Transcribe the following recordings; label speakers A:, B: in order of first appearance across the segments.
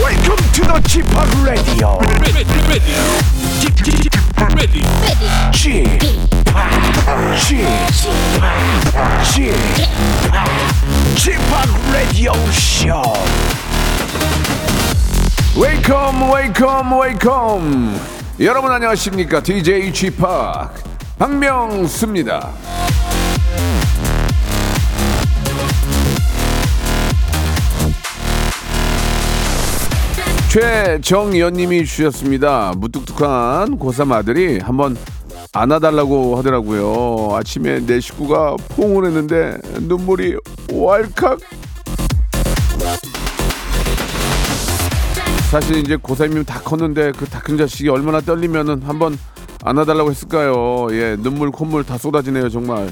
A: Welcome to the g p o p Radio.
B: ready, ready, ready, ready.
A: g p o p g p o p g p o p Radio Show. Welcome, welcome, welcome. 여러분 안녕하십니까? DJ g p o p 박명수입니다. 최정연님이 주셨습니다. 무뚝뚝한 고3 아들이 한번 안아달라고 하더라고요. 아침에 내 식구가 포옹을 했는데 눈물이 왈칵. 사실 이제 고3이면 다 컸는데 그 다 큰 자식이 얼마나 떨리면은 한번 안아달라고 했을까요? 예, 눈물 콧물 다 쏟아지네요 정말.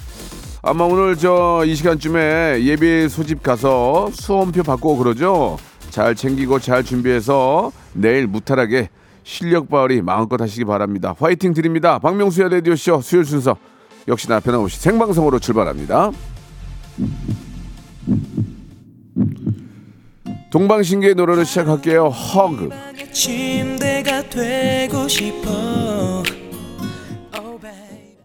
A: 아마 오늘 저 이 시간쯤에 예비 소집 가서 수험표 받고 그러죠. 잘 챙기고 잘 준비해서 내일 무탈하게 실력 발휘 마음껏 하시기 바랍니다. 화이팅 드립니다. 박명수의 라디오 쇼 수요일 순서 역시나 변함없이 생방송으로 출발합니다. 동방신기의 노래를 시작할게요. 허그.
C: 침대가 되고 싶어 oh, baby.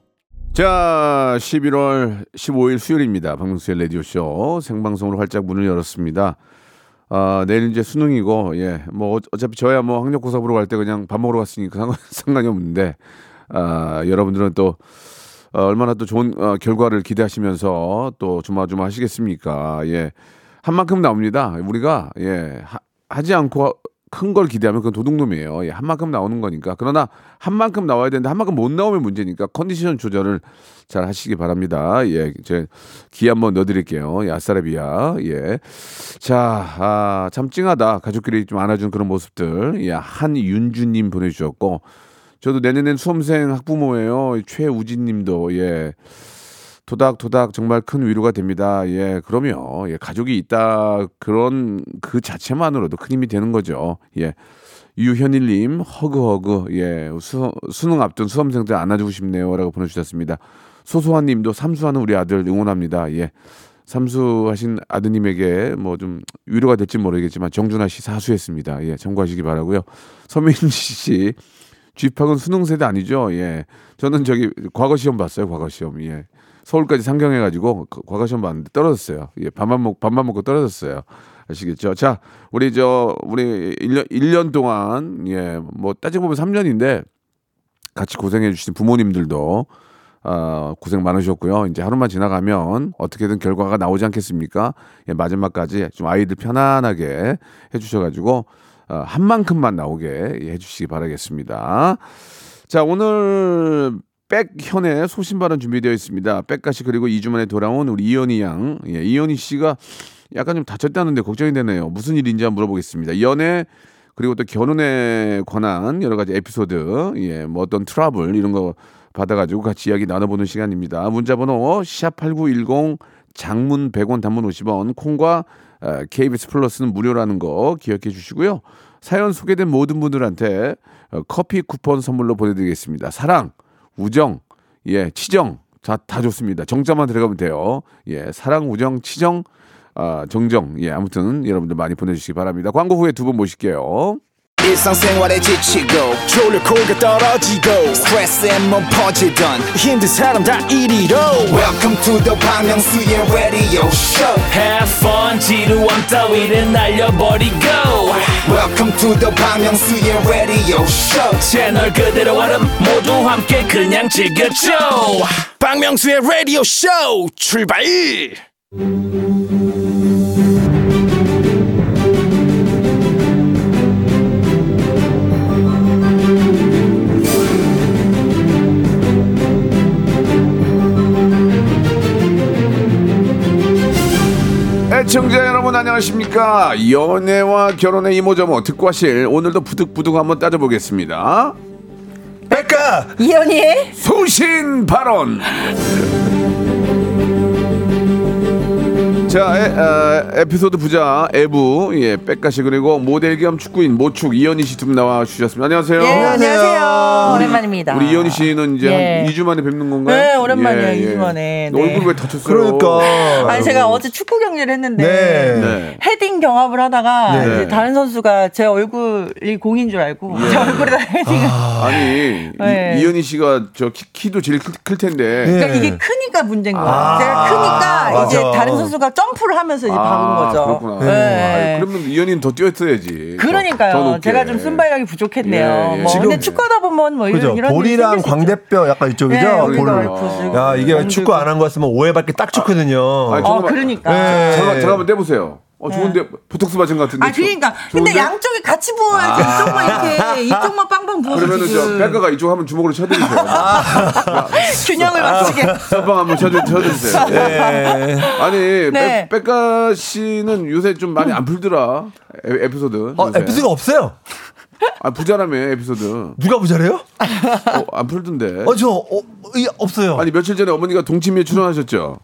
A: 자, 11월 15일 수요일입니다. 박명수의 라디오쇼 생방송으로 활짝 문을 열었습니다. 아, 내일 이제 수능이고, 예, 뭐, 어- 어차피 저야 뭐 학력고사 보러 갈 때 그냥 밥 먹으러 갔으니까 상관, 상관이 없는데, 아, 여러분들은 또, 어, 얼마나 또 좋은 어, 결과를 기대하시면서 또 조마조마 하시겠습니까? 예. 한 만큼 나옵니다. 우리가, 예, 하, 하지 않고 큰 걸 기대하면 그건 도둑놈이에요. 예, 한 만큼 나오는 거니까. 그러나 한 만큼 나와야 되는데 한 만큼 못 나오면 문제니까 컨디션 조절을 잘 하시기 바랍니다. 예, 제기 한번 넣어드릴게요. 예, 아싸라비아. 예. 자, 아, 참 찡하다. 가족끼리 좀 안아준 그런 모습들. 예, 한윤주님 보내주셨고, 저도 내년엔 수험생 학부모예요. 최우진님도 예. 토닥토닥 정말 큰 위로가 됩니다. 예, 그러면 예, 가족이 있다 그런 그 자체만으로도 큰 힘이 되는 거죠. 예, 유현일님 허그허그 예 수, 수능 앞둔 수험생들 안아주고 싶네요라고 보내주셨습니다. 소소한님도 삼수하는 우리 아들 응원합니다. 예, 삼수하신 아드님에게 뭐 좀 위로가 될지 모르겠지만 정준하 씨 사수했습니다. 예, 참고하시기 바라고요. 서민지 씨 쥐팍은 수능 세대 아니죠? 예. 저는 저기 과거 시험 봤어요. 과거 시험. 예. 서울까지 상경해 가지고 과거 시험 봤는데 떨어졌어요. 예. 밥만 먹 밥만 먹고 떨어졌어요. 아시겠죠? 자, 우리 저 우리 1년 1년 동안 예. 뭐 따지고 보면 3년인데 같이 고생해 주신 부모님들도 아, 고생 많으셨고요. 이제 하루만 지나가면 어떻게든 결과가 나오지 않겠습니까? 예, 마지막까지 좀 아이들 편안하게 해주셔가지고 어, 한 만큼만 나오게 예, 해주시기 바라겠습니다. 자, 오늘 백현의 소신발언 준비되어 있습니다. 백가시 그리고 2주 만에 돌아온 우리 이현희 양. 예, 이현희 씨가 약간 좀 다쳤다는데 걱정이 되네요. 무슨 일인지 한번 물어보겠습니다. 연애 그리고 또 결혼에 관한 여러 가지 에피소드, 예, 뭐 어떤 트러블 이런 거 받아가지고 같이 이야기 나눠보는 시간입니다. 문자번호 샵8910 장문 100원 단문 50원 콩과 어, KBS 플러스는 무료라는 거 기억해 주시고요. 사연 소개된 모든 분들한테 어, 커피 쿠폰 선물로 보내드리겠습니다. 사랑, 우정, 예, 치정 다, 다 좋습니다. 정자만 들어가면 돼요. 예, 사랑, 우정, 치정, 아, 정정. 예, 아무튼 여러분들 많이 보내주시기 바랍니다. 광고 후에 두 분 모실게요.
D: 일상생활에 지치고, 졸려 코가 떨어지고, 스트레스에 몸 퍼지던, 힘든 사람 다 이리로. welcome to the Bang Myung-soo's radio show
C: Have fun 지루한 따위를 날려버리고
D: welcome to the Bang Myung-soo's radio show
C: 채널 그대로 얼음 모두 함께 그냥 즐겨줘
D: 박명수의 radio show 출발
A: 애청자 여러분 안녕하십니까? 연애와 결혼의 이모저모 어, 듣고 하실 오늘도 부득부득 한번 따져보겠습니다.
D: 백가
E: 이현이의
A: 소신 발언. 자, 에, 피소드 부자 에부, 예, 백가시 그리고 모델 겸 축구인 모축 이현희 씨 두 분 나와 주셨습니다. 네, 안녕하세요.
E: 예, 안녕하세요. 오랜만입니다.
A: 우리 이현희 씨는 이제
E: 예.
A: 한 2주 만에 뵙는 건가요? 예,
E: 네, 오랜만이에요, 2주 만에. 네.
A: 얼굴 왜 다쳤어요?
F: 그러니까.
E: 아니 제가 어제 축구 경기를 했는데
F: 네.
A: 네.
E: 헤딩 경합을 하다가
A: 네.
E: 이제 다른 선수가 제 얼굴이 공인 줄 알고
A: 예.
E: 제
A: 아.
E: 얼굴에다 헤딩을
A: 아니,
E: 네.
A: 이, 이현희 씨가 저 키, 키도 제일 클, 클 텐데.
E: 그러니까
F: 예.
A: 네.
E: 이게 크니까 문제인 거예요.
F: 아,
E: 제가 크니까 이제
F: 맞아.
E: 다른 선수가 점프를 하면서 이제 박은 거죠.
A: 아, 그렇구나.
E: 네.
A: 아, 그러면 이현이는 더 뛰었어야지.
E: 그러니까요.
A: 더 높게.
E: 제가 좀 순발력이 부족했네요.
A: 예, 예.
E: 뭐
A: 지금-
E: 근데 축구하다 보면 뭐
F: 그죠.
E: 이런 이런 일이
F: 볼이랑
E: 생길 수 있죠.
F: 광대뼈 약간 이쪽이죠.
E: 네,
F: 볼.
E: 우리가
A: 볼을.
E: 얼굴 쓰고. 음.
F: 야 이게 축구 안 한 거 같으면 오해받기 딱 좋거든요.
A: 아니,
E: 어
A: 잠깐만.
E: 그러니까.
F: 네.
A: 잠깐 잠깐만 떼보세요. 어 좋은데 보톡스 맞은 것 같은데. 아.
E: 네. 아 그러니까. 근데 양쪽이 같이 부어야지 이쪽만 이렇게 이쪽만 빵빵 부어서
A: 그러면은 저
E: 지금
A: 백가가 이쪽 한번 주먹으로 쳐드리세요.
E: 아. 균형을
A: 아.
E: 맞추게. 아,
A: 선방 한번 쳐주, 쳐주세요.
F: 예.
A: 아니
E: 네.
A: 백, 백가 씨는 요새 좀 많이 안 풀더라 에, 에피소드.
F: 어,
A: 요새.
F: 에피소드가 없어요.
A: 아 부자라며 에피소드.
F: 누가 부자래요?
A: 어, 안 풀던데.
F: 어, 저, 어, 이, 없어요.
A: 아니 며칠 전에 어머니가 동치미에 출연하셨죠.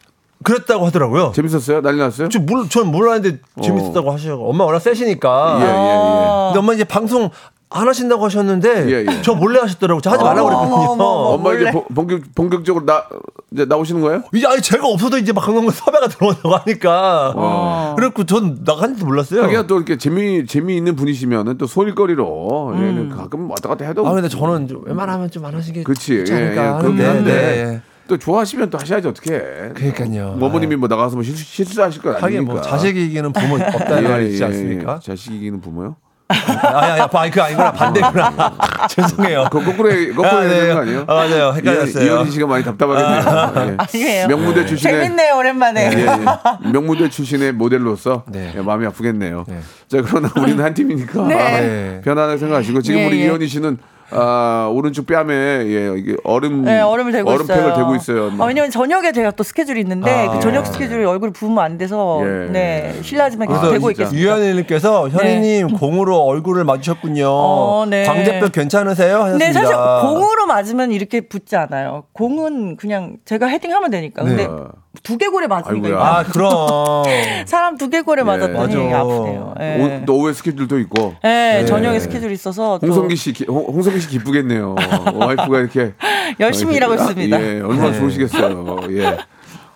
F: 그랬다고 하더라고요.
A: 재밌었어요? 난리 났어요?
F: 저 물, 전 몰랐는데 재밌었다고 하시고. 엄마 워낙 세시니까.
A: 어. 예, 예, 예.
F: 근데 엄마 이제 방송 안 하신다고 하셨는데.
A: 예, 예.
F: 저 몰래 하시더라고요. 저 하지 말라고 그랬거든요.
A: 엄마
E: 몰래.
A: 이제 본- 본격 본격적으로 나 이제 나오시는 거예요?
F: 이제 아니 제가 없어도 이제 막 건강 섭외가 들어온다고 하니까
A: 어.
F: 그래갖고 전 나간지도 몰랐어요.
A: 자기가 또 이렇게 재미 재미있는 분이시면은 또 소일거리로 예, 가끔 왔다 갔다 해도
F: 음. 아 근데 저는 좀 웬만하면 좀 안 하시게
A: 음. 그렇지 예,
F: 좋지
A: 예,
F: 않을까
A: 그렇긴
F: 하는데.
A: 한데
F: 네, 네.
A: 또 좋아하시면 또 하셔야지 어떻게
F: 그러니까요.
A: 어머님이 뭐 나가서 뭐 실수, 실수하실 거 아니니까 예,
F: 하긴 뭐 자식이기는 부모 없다는 말이 있지 않습니까?
A: 자식 이기는 부모요?
F: 아야, 야, 아, 그 아니구나 반대구나. 죄송해요.
A: 그거 거꾸로 해- 거꾸로 해야 되는 거 아니에요?
F: 아, 맞아요. 헷갈렸어요.
A: 이현희 씨가 많이 답답하겠네요. 예.
E: 아니에요.
A: 명무대 출신의
E: 재밌네요 오랜만에.
A: 예, 예. 명무대 출신의 모델로서
F: 네.
A: 예, 마음이 아프겠네요. 자 그러나 우리는 한 팀이니까
F: 네.
A: 편안하게 생각하시고 지금
E: 예,
A: 우리
E: 예.
A: 이현희 씨는 아, 오른쪽 뺨에 예, 이게 얼음
E: 네, 얼음을 대고 있어요.
A: 얼음팩을 대고 있어요. 아.
E: 아, 왜냐면 저녁에 제가 또 스케줄이 있는데 그 저녁 스케줄이 얼굴 부으면 안 돼서
A: 예.
E: 네 실례하지만 계속
A: 아,
E: 대고
A: 진짜.
E: 있겠습니다. 네.
F: 유현이님께서 현이님 공으로 얼굴을 맞으셨군요.
E: 어, 네.
F: 광대뼈 괜찮으세요? 하셨습니다.
E: 근데 네, 사실 공으로 맞으면 이렇게 붙지 않아요. 공은 그냥 제가 헤딩하면 되니까. 근데
A: 아,
E: 두개골에
A: 아이고야.
E: 맞으니까
A: 예.
E: 이게
F: 아 그럼
E: 사람 두개골에 맞았더니
F: 맞아.
E: 이게 아프네요. 예.
A: 오, 또 오후에 스케줄도 있고
E: 예, 저녁에 스케줄이 있어서 또
A: 홍성기 씨 기- 홍, 성기씨 기쁘겠네요. 와이프가 이렇게
E: 열심히
A: 이렇게-
E: 일하고 있습니다.
A: 예, 얼마나 좋으시겠어요. 예.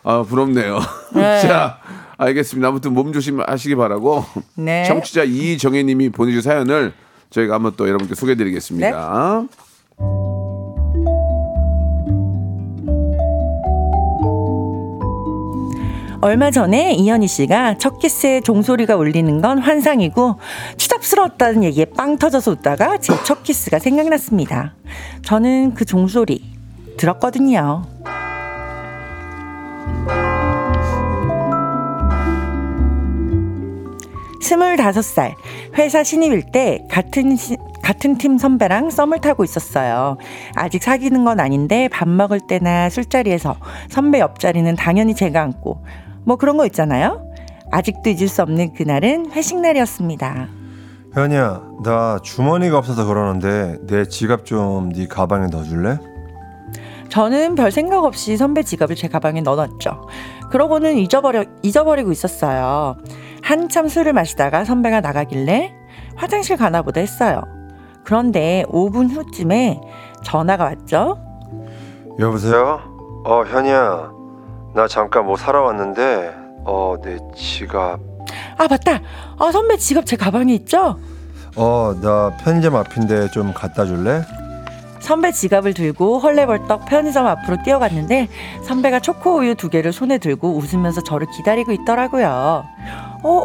A: 아 부럽네요.
E: 네.
A: 자. 알겠습니다. 아무튼 몸 조심하시기 바라고
E: 네.
A: 청취자 이정혜님이 보내준 사연을 저희가 한번 또 여러분께 소개해드리겠습니다.
E: 네. 얼마 전에 이현희 씨가 첫 키스에 종소리가 울리는 건 환상이고 추잡스러웠다는 얘기에 빵 터져서 웃다가 제 첫 키스가 생각났습니다. 저는 그 종소리 들었거든요. 스물다섯 살 회사 신입일 때 같은 시- 같은 팀 선배랑 썸을 타고 있었어요. 아직 사귀는 건 아닌데 밥 먹을 때나 술자리에서 선배 옆자리는 당연히 제가 앉고 뭐 그런 거 있잖아요. 아직도 잊을 수 없는 그날은 회식 날이었습니다.
F: 현이야 나 주머니가 없어서 그러는데 내 지갑 좀 네 가방에 넣어줄래?
E: 저는 별 생각 없이 선배 지갑을 제 가방에 넣어놨죠. 그러고는 잊어버려, 잊어버리고 있었어요. 한참 술을 마시다가 선배가 나가길래 화장실 가나 보다 했어요. 그런데 5분 후쯤에 전화가 왔죠.
F: 여보세요? 어 현이야 나 잠깐 뭐 사러 왔는데 어 내 지갑
E: 아, 맞다! 아, 선배 지갑 제 가방에 있죠?
F: 어 나 편의점 앞인데 좀 갖다 줄래?
E: 선배 지갑을 들고 헐레벌떡 편의점 앞으로 뛰어갔는데 선배가 초코우유 두 개를 손에 들고 웃으면서 저를 기다리고 있더라고요. 어?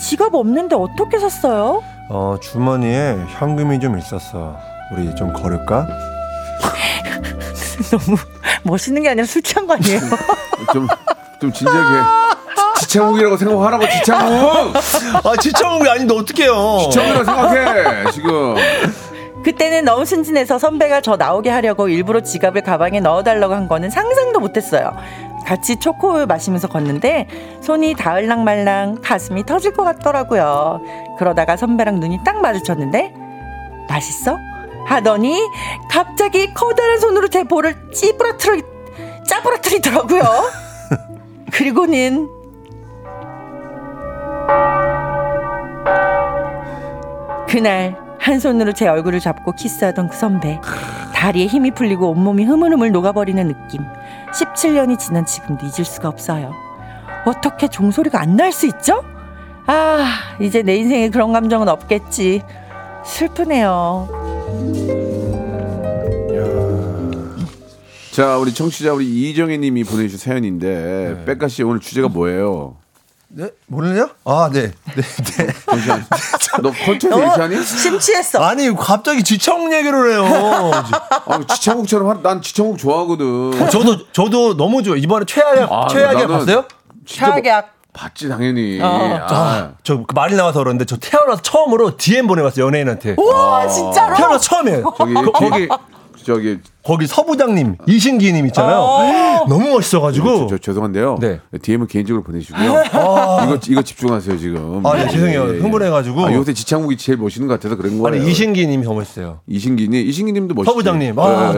E: 지갑 없는데 어떻게 샀어요?
F: 어 주머니에 현금이 좀 있었어 우리 좀 걸을까?
E: 너무 멋있는 게 아니라 술 취한 거 아니에요?
A: 좀, 좀 진지하게. 지창욱이라고 생각하라고, 지창욱!
F: 아 지창욱이 아닌데 어떡해요
A: 지창욱이라고 생각해, 지금.
E: 그때는 너무 순진해서 선배가 저 나오게 하려고 일부러 지갑을 가방에 넣어달라고 한 거는 상상도 못했어요. 같이 초코우유 마시면서 걷는데 손이 닿을랑 말랑 가슴이 터질 것 같더라고요. 그러다가 선배랑 눈이 딱 마주쳤는데 맛있어? 하더니 갑자기 커다란 손으로 제 볼을 찌부러뜨리 짜부러뜨리더라고요. 그리고는 그날 한 손으로 제 얼굴을 잡고 키스하던 그 선배 다리에 힘이 풀리고 온몸이 흐물흐물 녹아버리는 느낌 17년이 지난 지금도 잊을 수가 없어요 어떻게 종소리가 안 날 수 있죠? 아 이제 내 인생에 그런 감정은 없겠지 슬프네요
A: 자, 우리 청취자 우리 이정혜 님이 보내주신 사연인데 백가 씨 오늘 주제가 뭐예요?
F: 네? 오늘요? 아, 네. 네, 네.
A: 너
E: 어?
A: 컨트롤 이렇게 하니?
E: 심취했어
F: 아니, 갑자기 지청 얘기를 해요.
A: 아, 지창욱처럼 하- 난 지창욱 좋아하거든.
F: 어, 저도, 저도 너무 좋아요. 이번에 최악의,
A: 아,
F: 최악의
A: 나는-
F: 봤어요?
A: 진짜 뭐-
E: 최악약
A: 봤지 당연히.
F: 아,
A: 아,
F: 저그 말이 나와서 그러는데 저 태어나서 처음으로 DM 보내봤어요,
A: 아.
F: 연예인한테.
E: 우와 아, 진짜로
F: 태어나서 처음이에요.
A: 저기
F: 거기,
A: 저기
F: 거기 서부장님, 이신기님 있잖아요. 너무 멋있어가지고.
A: 저, 죄송한데요.
F: 네.
A: DM은 개인적으로 보내시고요. 이거 이거 집중하세요 지금.
F: 아, 네, 죄송해요. 흥분해가지고.
A: 아, 요새 지창욱이 제일 멋있는 것 같아서 그런 거예요.
F: 아니, 이신기님이 더 멋있어요.
A: 이신기님, 이신기님도 멋있어.
F: 서부장님, 아,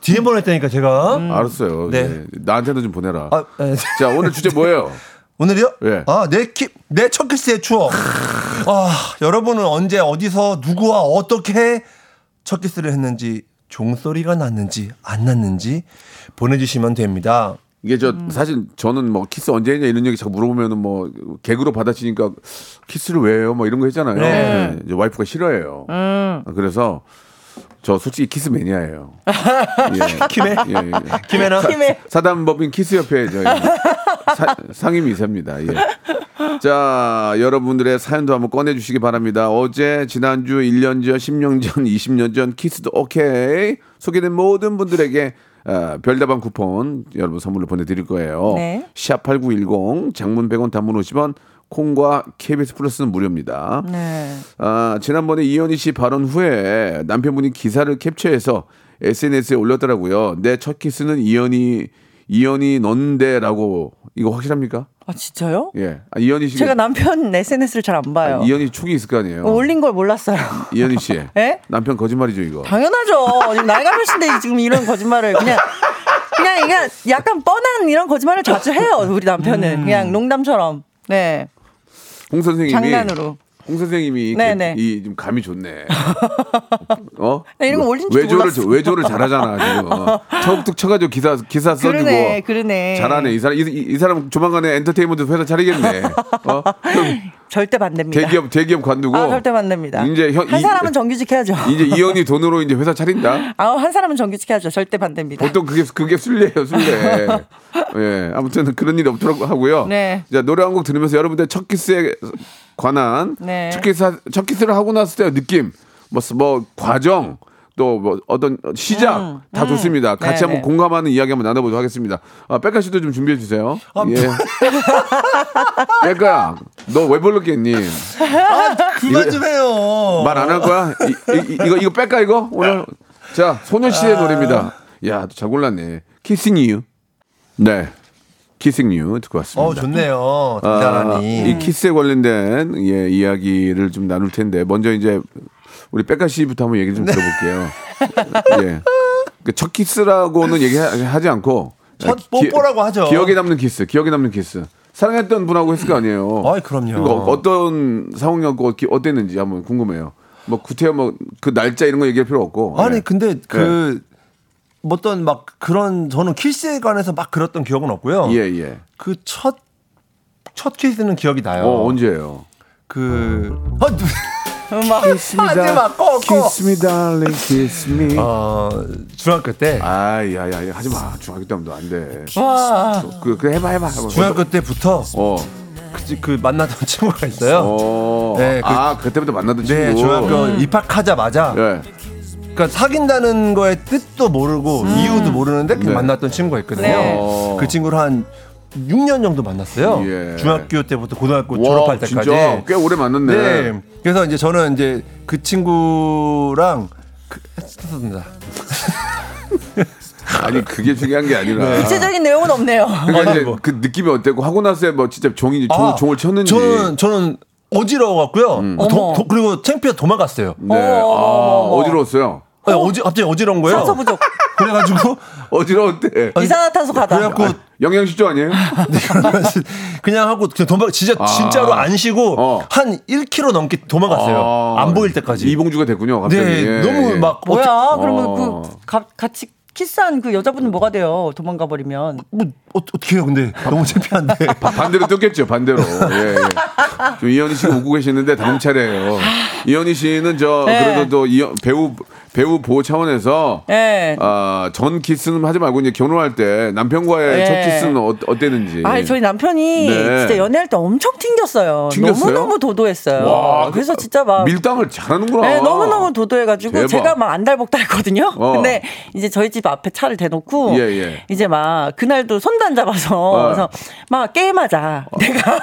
F: DM 보냈다니까 제가.
A: 예. 알았어요.
F: 네.
A: 예. 나한테도 좀 보내라.
F: 아, 네.
A: 자, 오늘 주제 뭐예요?
F: 오늘이요?
A: 예.
F: 아, 내 키, 내 첫 키스의 추억. 아, 여러분은 언제 어디서 누구와 어떻게 첫 키스를 했는지 종소리가 났는지 안 났는지 보내주시면 됩니다.
A: 이게 저 사실 저는 뭐 키스 언제 했냐 이런 얘기 자꾸 물어보면은 뭐 개그로 받아치니까 키스를 왜 해요? 뭐 이런 거 했잖아요. 네, 이제 와이프가 싫어해요. 그래서 저 솔직히 키스 매니아예요. 예.
F: 김해,
A: 예, 예.
F: 김해나
E: 힘에
A: 사단법인 키스협회 저희 사- 상임이사입니다. 예. 자, 여러분들의 사연도 한번 꺼내주시기 바랍니다. 어제, 지난주, 1년 전, 10년 전, 20년 전, 키스도 오케이. 소개된 모든 분들에게 아, 별다방 쿠폰 여러분 선물로 보내드릴 거예요.
E: 네.
A: 샵8910, 장문 100원, 단문 50원, 콩과 KBS 플러스는 무료입니다.
E: 네.
A: 아, 지난번에 이현희 씨 발언 후에 남편분이 기사를 캡처해서 SNS에 올렸더라고요. 내 첫 키스는 이현희 이현희 넌데라고 이거 확실합니까?
E: 아 진짜요?
A: 예. 아, 이현희 씨 아,
E: 제가 남편 SNS를 잘 안 봐요.
A: 이현희 촉이 있을 거 아니에요.
E: 올린 걸 몰랐어요.
A: 이현희 씨.
E: 예?
A: 남편 거짓말이죠, 이거.
E: 당연하죠. 지금 나이가 몇인데 지금 이런 거짓말을 그냥 그냥 그냥 약간 뻔한 이런 거짓말을 자주 해요. 우리 남편은
A: 음.
E: 그냥 농담처럼. 네.
A: 홍 선생님이
E: 장난으로.
A: 홍 선생님이
E: 네네.
A: 이, 좀 감이 좋네. 어?
E: 나 이런 거 올린 줄
A: 외조를
E: 몰랐어.
A: 외조를 잘하잖아 지금. 척툭 쳐가지고 기사 기사 써주고.
E: 그러네, 그러네.
A: 잘하네 이 사람 이, 이- 이 사람 조만간에 엔터테인먼트 회사 차리겠네. 어? 그럼
E: 절대 반대입니다.
A: 대기업 대기업 관두고.
E: 아 절대 반대입니다.
A: 이제 형-
E: 한
A: 이-
E: 사람은 정규직 해야죠.
A: 이제 이현이 돈으로 이제 회사 차린다.
E: 아한 사람은 정규직 해야죠. 절대 반대입니다.
A: 보통 그게 그게 술래예요 술래. 예 아무튼 그런 일이 없도록 하고요.
E: 네.
A: 자 노래 한 곡 들으면서 여러분들 첫 키스에 관한
E: 네.
A: 첫 키스 하- 첫 키스를 하고 났을 때 느낌 뭐 뭐 과정 또 뭐 어떤 시작 다 좋습니다. 같이
E: 음,
A: 한번
E: 네, 네.
A: 공감하는 이야기 한번 나눠보도록 하겠습니다. 아, 백가 씨도 좀 준비해 주세요. 예. 백가야 너 왜 불렀겠니?
F: 그만 좀 해요.
A: 말 안 할 거야? 이, 거 이거 뺄까 이거 오늘 자 소녀시대 노래입니다. 야잘 골랐네. Kissing You. 네, Kissing You 듣고 왔습니다.
F: 어 좋네요.
A: 아,
F: 대단하니.
A: 이 키스에 관련된 예 이야기를 좀 나눌 텐데 먼저 이제 우리 백가 씨부터 한번 얘기 좀
F: 네.
A: 들어볼게요. 예. 그첫 키스라고는 얘기하지 않고 아,
F: 첫
A: 기-
F: 뽀뽀라고 하죠.
A: 기억에 남는 키스, 기억에 남는 키스. 사랑했던 분하고 했을 거 아니에요.
F: 아이, 그럼요.
A: 그러니까 어떤 상황이었고 어떻게- 어땠는지 한번 궁금해요. 뭐 구태여 뭐그 날짜 이런 거 얘기할 필요 없고.
F: 아니
A: 예.
F: 근데 그 어떤 막 그런 저는 키스에 관해서 막 그랬던 기억은 없고요.
A: 예 예.
F: 그 첫 첫 키스는 기억이 나요.
A: 어 언제예요?
F: 그 아, 누-
E: 음악
F: 하지마 꺼 꺼.
A: Kiss me, darling, kiss me.
F: 어, 중학교 때
A: 아야야 야, 하지 마. 중학교 때면 너안 돼.
F: 와.
A: 그, 그 해봐 해봐. 해봐.
F: 어? 중학교 때부터
A: 어.
F: 그, 그 만나던 친구가 있어요.
A: 어.
F: 네, 그-
A: 아 그때부터 만나던 친구.
F: 네, 중학교 입학하자마자
A: 예.
F: 그러니까 사귄다는 거의 뜻도 모르고 이유도 모르는데 그
A: 음. 네.
F: 만났던 친구가 있거든요.
E: 네.
A: 어.
F: 그 친구를 한 6년 정도 만났어요.
A: 예.
F: 중학교 때부터 고등학교
A: 와,
F: 졸업할 때까지.
A: 진짜 꽤 오래 만났네.
F: 네. 그래서 이제 저는 이제 그 친구랑 그, 했었습니다.
A: 아니 그게 중요한 게 아니라.
E: 구체적인 내용은 없네요.
A: 그러니까
F: 아니,
A: 이제
F: 네. 뭐.
A: 그 느낌이 어땠고 하고 나서 뭐 진짜 종이 종,
F: 아,
A: 종을 쳤는지. 음.
F: 저는 저는 어지러워갖고요. 어, 도-
E: 어머.
F: 도- 그리고 창피해 도망갔어요.
A: 네. 아,
E: 어머, 어머, 어머.
A: 어지러웠어요.
F: 아니, 어지 갑자기 어지러운 거예요.
E: 산소 부족.
F: 그래가지고
A: 어지러울 때.
E: 이산화탄소 가다.
F: 그래갖고
A: 영양실조 아니에요?
F: 네, 그냥 하고 그냥 도망 진짜
A: 아.
F: 진짜로 안 쉬고
A: 어.
F: 한 1km 넘게 도망갔어요.
A: 아,
F: 안 보일 때까지.
A: 이봉주가 됐군요. 갑자기.
F: 네,
A: 예,
F: 너무
A: 예.
F: 막
E: 뭐야?
F: 어떻게-
E: 그러면
A: 어.
E: 그 가- 같이 키스한 그 여자분은 뭐가 돼요? 도망가 버리면.
F: 뭐 어, 어떻게 해요? 근데 너무 창피한데.
A: 바- 반대로 뜯겠죠, 반대로. 예, 예. 지금 이현희 씨가 웃고 계시는데 다음 차례예요. 이현희 씨는 저
E: 네.
A: 그래도 또 이현- 배우 배우 보호 차원에서
E: 예.
A: 아, 전 키스는 하지 말고 이제 결혼할 때 남편과의
E: 네.
A: 첫 키스는 어, 어땠는지.
E: 아, 저희 남편이
A: 네.
E: 진짜 연애할 때 엄청 튕겼어요.
A: 튕겼어요?
E: 너무너무 도도했어요.
A: 와,
E: 그래서
A: 그-
E: 진짜 막
A: 밀당을 잘하는구나.
E: 네, 너무너무 도도해가지고
A: 대박.
E: 제가 막 안달복달거든요.
A: 어.
E: 근데 이제 저희 집 앞에 차를 대놓고
A: 예, 어. 예.
E: 이제 막 그날도 손단 잡아서 그래서 막 게임하자. 내가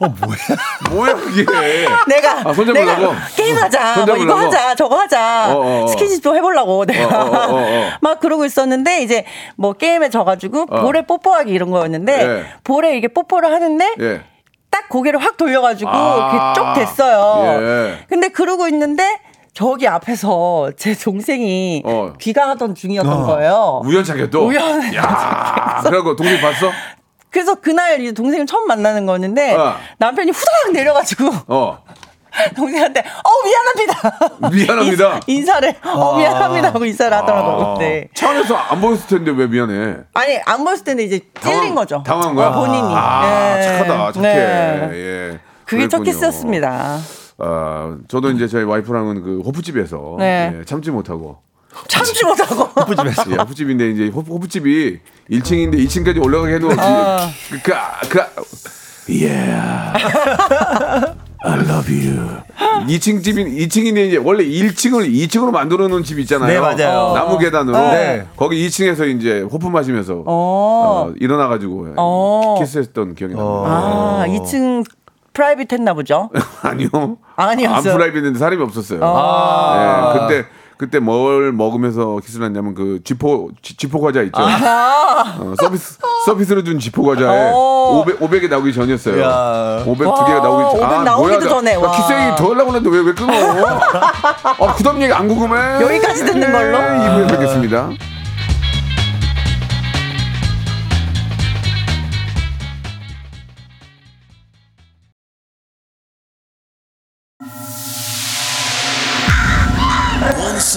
F: 어 뭐야?
A: 뭐야 그게.
E: 내가
A: 아, 손
E: 내가
A: 잡으려고?
E: 게임하자
A: 손
E: 뭐 이거
A: 잡으려고?
E: 하자 저거 하자
A: 어, 어, 어.
E: 스킨십 좀 해보려고 내가
A: 어, 어, 어, 어.
E: 막 그러고 있었는데 이제 뭐 게임에 져가지고
A: 어.
E: 볼에 뽀뽀하기 이런 거였는데
A: 예.
E: 볼에 이게 뽀뽀를 하는데
A: 예.
E: 딱 고개를 확 돌려가지고
A: 아.
E: 이렇게 쭉 됐어요.
A: 예.
E: 근데 그러고 있는데 저기 앞에서 제 동생이
A: 어.
E: 귀가하던 중이었던 거예요.
A: 우연찮게 또.
E: 우연히
A: 야. 그래갖고 동생 봤어?
E: 그래서 그날 이 동생을 처음 만나는 거였는데
A: 어.
E: 남편이 후다닥 내려가지고
A: 어.
E: 동생한테 어 미안합니다.
A: 미안합니다. 아.
E: 인사- 인사를 어 미안합니다 하고 인사를 하더라고요. 네.
A: 차 안에서 안 보였을 텐데 왜 미안해?
E: 아니 안 봤을 때는 이제 찔린
A: 당황-
E: 거죠.
A: 당황한 거야?
E: 어, 본인이.
A: 아,
E: 예.
A: 착하다, 착해.
E: 네.
A: 예.
E: 그게 첫
A: 그랬군요.
E: 키스였습니다.
A: 아, 저도 이제 저희 와이프랑은 그 호프집에서
E: 네.
A: 예, 참지 못하고
E: 참지 못하고.
A: 호프집에서 예, 호프집인데 이제 호프, 호프집이 1층인데 2층까지 올라가게
E: 아.
A: 해놓은 그, 그, 그, yeah, I love you. 2층 집인 2층인데 이제 원래 1층을 2층으로 만들어 놓은 집 있잖아요.
F: 네, 맞아요.
A: 나무 계단으로
F: 네.
A: 거기 2층에서 이제 호프 마시면서
E: 어.
A: 어, 일어나가지고
E: 어.
A: 키스했던 기억이 납니다.
E: 아, 2층 프라이빗 했나 보죠.
A: 아니요.
E: 아니었어요.
A: 안 프라이빗인데 사람이 없었어요.
F: 아.
A: 예, 그때 그때 뭘 먹으면서 키스를 했냐면 그 지포 지, 지포 과자 있죠. 어, 서비스 서비스로 준 지포 과자에
E: 아. 어.
A: 500 500이 나오기 전이었어요.
F: 야.
A: 500 두
E: 와,
A: 개가 나오기 아,
E: 500 나오기도
A: 나-
E: 전에,
A: 나
E: 와.
A: 키스 얘기 더 하려고 했는데 왜 왜 끊어? 아, 그다음 얘기 안 궁금해.
E: 여기까지 듣는 걸로?
A: 예, 이부에 뵙겠습니다.
G: Once